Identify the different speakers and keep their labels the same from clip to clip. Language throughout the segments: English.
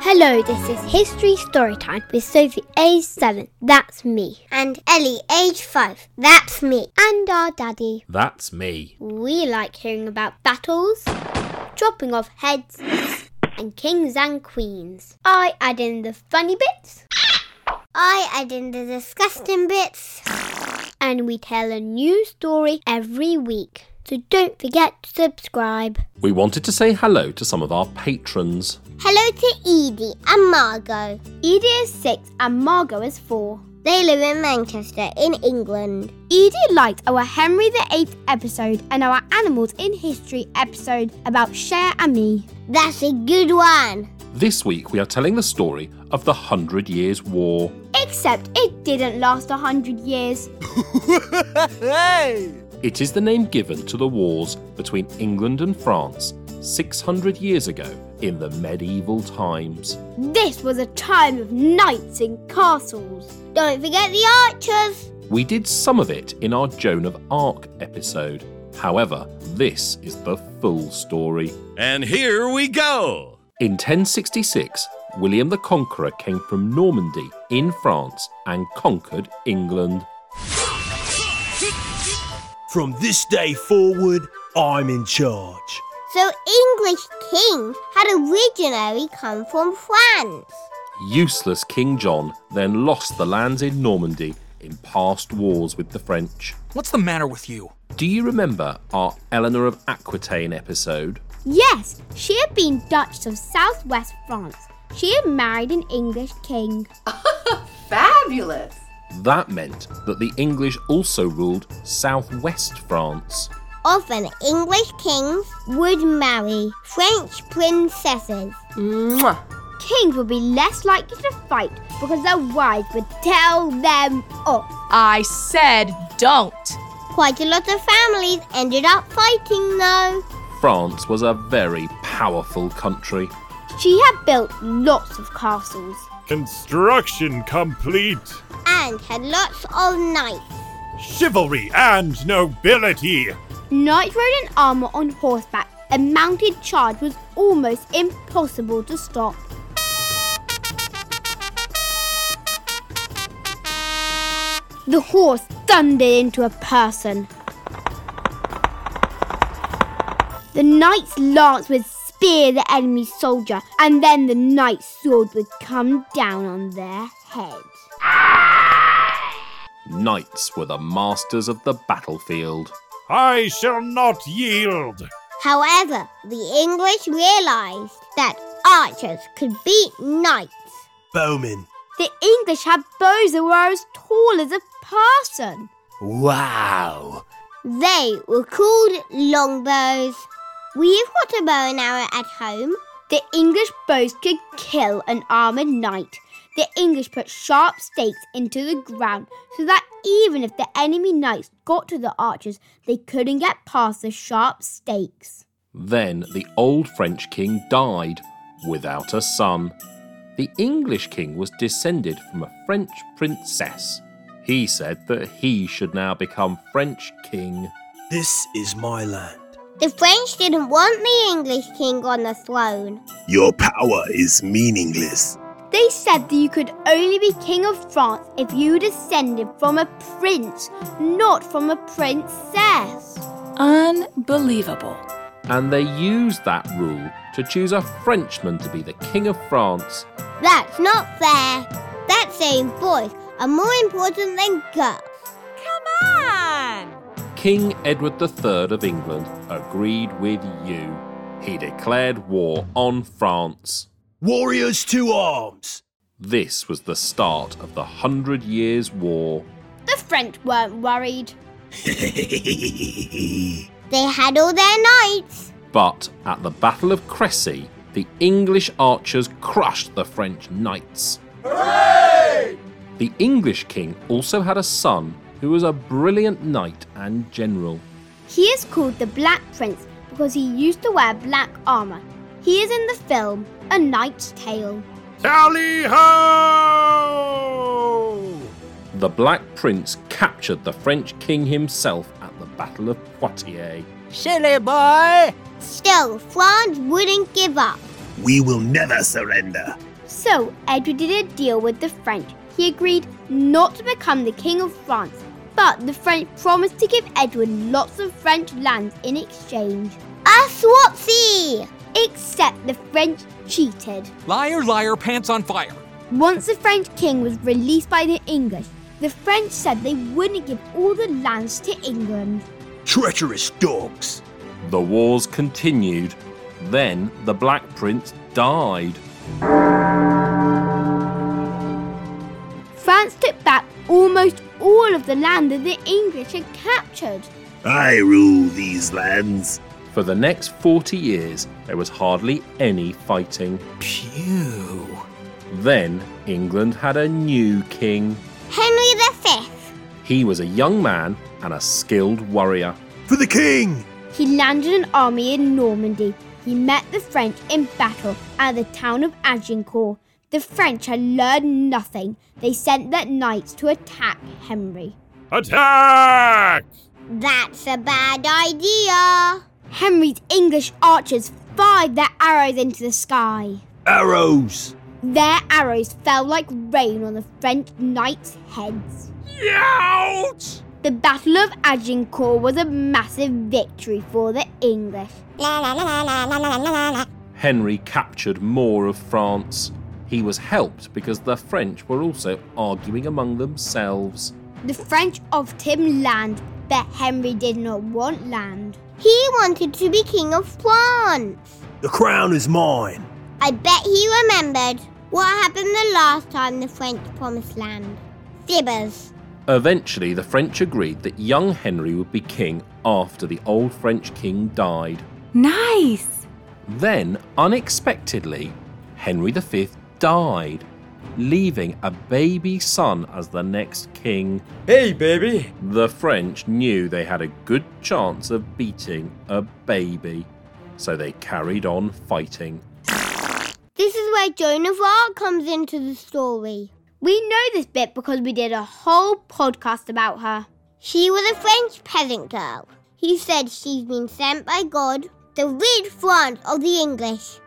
Speaker 1: Hello, this is History Storytime with Sophie, age 7. That's me.
Speaker 2: And Ellie, age 5. That's me.
Speaker 1: And our daddy.
Speaker 3: That's me.
Speaker 1: We like hearing about battles, dropping off heads, and kings and queens. I add in the funny bits,
Speaker 2: I add in the disgusting bits.
Speaker 1: and we tell a new story every week. So don't forget to subscribe.
Speaker 3: We wanted to say hello to some of our patrons.
Speaker 2: Hello to Edie and Margot.
Speaker 1: Edie is 6 and Margot is 4.
Speaker 2: They live in Manchester, in England.
Speaker 1: Edie liked our Henry VIII episode and our Animals in History episode about Cher and me.
Speaker 2: That's a good one.
Speaker 3: This week we are telling the story of the Hundred Years' War.
Speaker 1: Except it didn't last a hundred years.
Speaker 3: It is the name given to the wars between England and France 600 years ago in the medieval times.
Speaker 1: This was a time of knights in castles.
Speaker 2: Don't forget the archers.
Speaker 3: We did some of it in our Joan of Arc episode. However, this is the full story.
Speaker 4: And here we go.
Speaker 3: In 1066, William the Conqueror came from Normandy in France and conquered England.
Speaker 5: From this day forward, I'm in charge.
Speaker 2: So English kings had originally come from France.
Speaker 3: Useless King John then lost the lands in Normandy in past wars with the French.
Speaker 6: What's the matter with you?
Speaker 3: Do you remember our Eleanor of Aquitaine episode?
Speaker 1: Yes, she had been Dutch of southwest France. She had married an English king.
Speaker 7: Fabulous!
Speaker 3: That meant that the English also ruled southwest France.
Speaker 2: Often English kings would marry French princesses.
Speaker 7: Mwah.
Speaker 1: Kings would be less likely to fight because their wives would tell them off.
Speaker 8: I said don't.
Speaker 2: Quite a lot of families ended up fighting though.
Speaker 3: France was a very powerful country.
Speaker 1: She had built lots of castles.
Speaker 9: Construction complete.
Speaker 2: and had lots of knights.
Speaker 9: Chivalry and nobility.
Speaker 1: Knights rode in armour on horseback. A mounted charge was almost impossible to stop. The horse thundered into a person. The knight's lance would spear the enemy's soldier, and then the knight's sword would come down on their head.
Speaker 3: Knights were the masters of the battlefield.
Speaker 9: I shall not yield.
Speaker 2: However, the English realized that archers could beat knights.
Speaker 5: Bowman.
Speaker 1: The English had bows that were as tall as a person.
Speaker 5: Wow.
Speaker 2: They were called longbows. We've got a bow and arrow at home.
Speaker 1: The English bows could kill an armoured knight. The English put sharp stakes into the ground so that even if the enemy knights got to the archers, they couldn't get past the sharp stakes.
Speaker 3: Then the old French king died without a son. The English king was descended from a French princess. He said that he should now become French king.
Speaker 5: This is my land.
Speaker 2: The French didn't want the English king on the throne.
Speaker 5: Your power is meaningless.
Speaker 1: They said that you could only be king of France if you descended from a prince, not from a princess.
Speaker 8: Unbelievable.
Speaker 3: And they used that rule to choose a Frenchman to be the king of France.
Speaker 2: That's not fair. That's saying boys are more important than girls.
Speaker 8: Come on!
Speaker 3: King Edward III of England agreed with you. He declared war on France.
Speaker 5: Warriors to arms.
Speaker 3: This was the start of the Hundred Years' War.
Speaker 1: The French weren't worried.
Speaker 2: They had all their knights.
Speaker 3: But at the Battle of Cressy, the English archers crushed the French knights. The English king also had a son who was a brilliant knight and general.
Speaker 1: He is called the Black Prince because he used to wear black armour. He is in the film A Knight's Tale.
Speaker 9: Tally ho!
Speaker 3: The Black Prince captured the French king himself at the Battle of Poitiers.
Speaker 6: Silly boy!
Speaker 2: Still, France wouldn't give up.
Speaker 5: We will never surrender.
Speaker 1: So Edward did a deal with the French. He agreed not to become the King of France, but the French promised to give Edward lots of French lands in exchange.
Speaker 2: A Swatsy!
Speaker 1: Except the French cheated.
Speaker 6: Liar, liar, pants on fire.
Speaker 1: Once the French king was released by the English, the French said they wouldn't give all the lands to England.
Speaker 5: Treacherous dogs.
Speaker 3: The wars continued. Then the Black Prince died.
Speaker 1: France took back almost all of the land that the English had captured.
Speaker 10: I rule these lands.
Speaker 3: For the next 40 years, there was hardly any fighting.
Speaker 6: Pew.
Speaker 3: Then England had a new king.
Speaker 2: Henry V.
Speaker 3: He was a young man and a skilled warrior.
Speaker 5: For the king.
Speaker 1: He landed an army in Normandy. He met the French in battle at the town of Agincourt. The French had learned nothing. They sent their knights to attack Henry.
Speaker 9: Attack!
Speaker 2: That's a bad idea.
Speaker 1: Henry's English archers fired their arrows into the sky.
Speaker 5: Arrows.
Speaker 1: Their arrows fell like rain on the French knights' heads.
Speaker 6: Ouch!
Speaker 1: The Battle of Agincourt was a massive victory for the English.
Speaker 2: La la la la la la la la la la.
Speaker 3: Henry captured more of France. He was helped because the French were also arguing among themselves.
Speaker 1: The French offered him land, but Henry did not want land.
Speaker 2: He wanted to be King of France.
Speaker 5: The crown is mine.
Speaker 2: I bet he remembered what happened the last time the French promised land. Fibbers.
Speaker 3: Eventually, the French agreed that young Henry would be king after the old French king died.
Speaker 8: Nice.
Speaker 3: Then, unexpectedly, Henry V died, leaving a baby son as the next king.
Speaker 11: Hey, baby!
Speaker 3: The French knew they had a good chance of beating a baby, so they carried on fighting.
Speaker 2: This is where Joan of Arc comes into the story.
Speaker 1: We know this bit because we did a whole podcast about her.
Speaker 2: She was a French peasant girl. He said she's been sent by God to rid France of the English.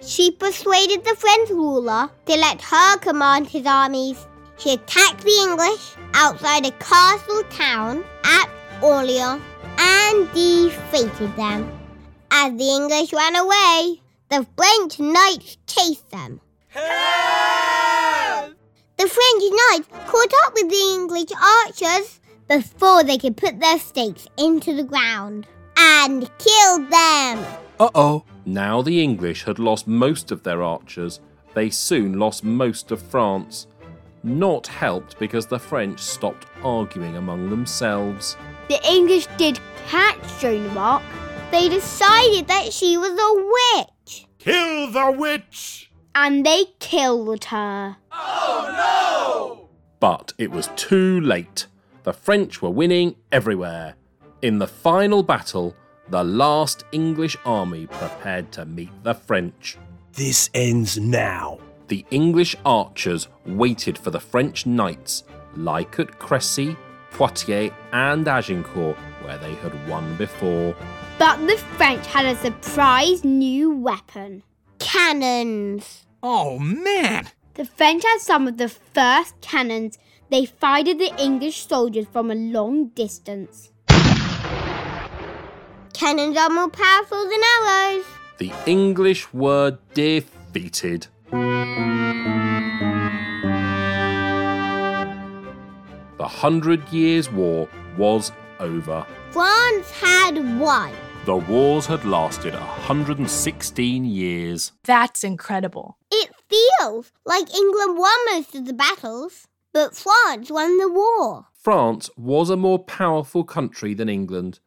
Speaker 2: She persuaded the French ruler to let her command his armies. She attacked the English outside a castle town at Orleans and defeated them. As the English ran away, the French knights chased them. The French knights caught up with the English archers before they could put their stakes into the ground and killed them.
Speaker 6: Uh oh.
Speaker 3: Now the English had lost most of their archers, they soon lost most of France. Not helped because the French stopped arguing among themselves.
Speaker 1: The English did catch Joan of Arc.
Speaker 2: They decided that she was a witch
Speaker 9: Kill the witch!
Speaker 1: and they killed her.
Speaker 3: But it was too late. The French were winning everywhere. In the final battle, the last English army prepared to meet the French.
Speaker 5: This ends now.
Speaker 3: The English archers waited for the French knights, like at Cressy, Poitiers, and Agincourt, where they had won before.
Speaker 1: But the French had a surprise new weapon.
Speaker 2: cannons.
Speaker 6: Oh man.
Speaker 1: The French had some of the first cannons. They fired the English soldiers from a long distance.
Speaker 2: Cannons are more powerful than arrows.
Speaker 3: The English were defeated. The Hundred Years' War was over.
Speaker 2: France had won.
Speaker 3: The wars had lasted 116 years.
Speaker 8: That's incredible.
Speaker 2: It feels like England won most of the battles, but France won the war.
Speaker 3: France was a more powerful country than England,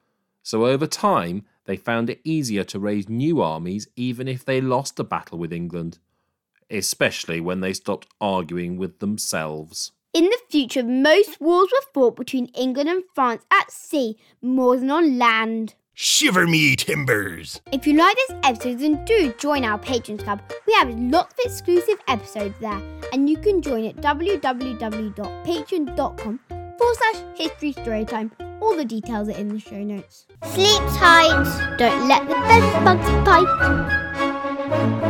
Speaker 3: so over time they found it easier to raise new armies even if they lost a battle with England, especially when they stopped arguing with themselves.
Speaker 1: In the future, most wars were fought between England and France at sea more than on land.
Speaker 5: Shiver me timbers.
Speaker 1: If you like this episode, then do join our Patrons Club. We have lots of exclusive episodes there, and you can join at www.patreon.com forward slash history storytime All the details are in the show notes.
Speaker 2: Sleep tight.
Speaker 1: Don't let the bed bugs bite.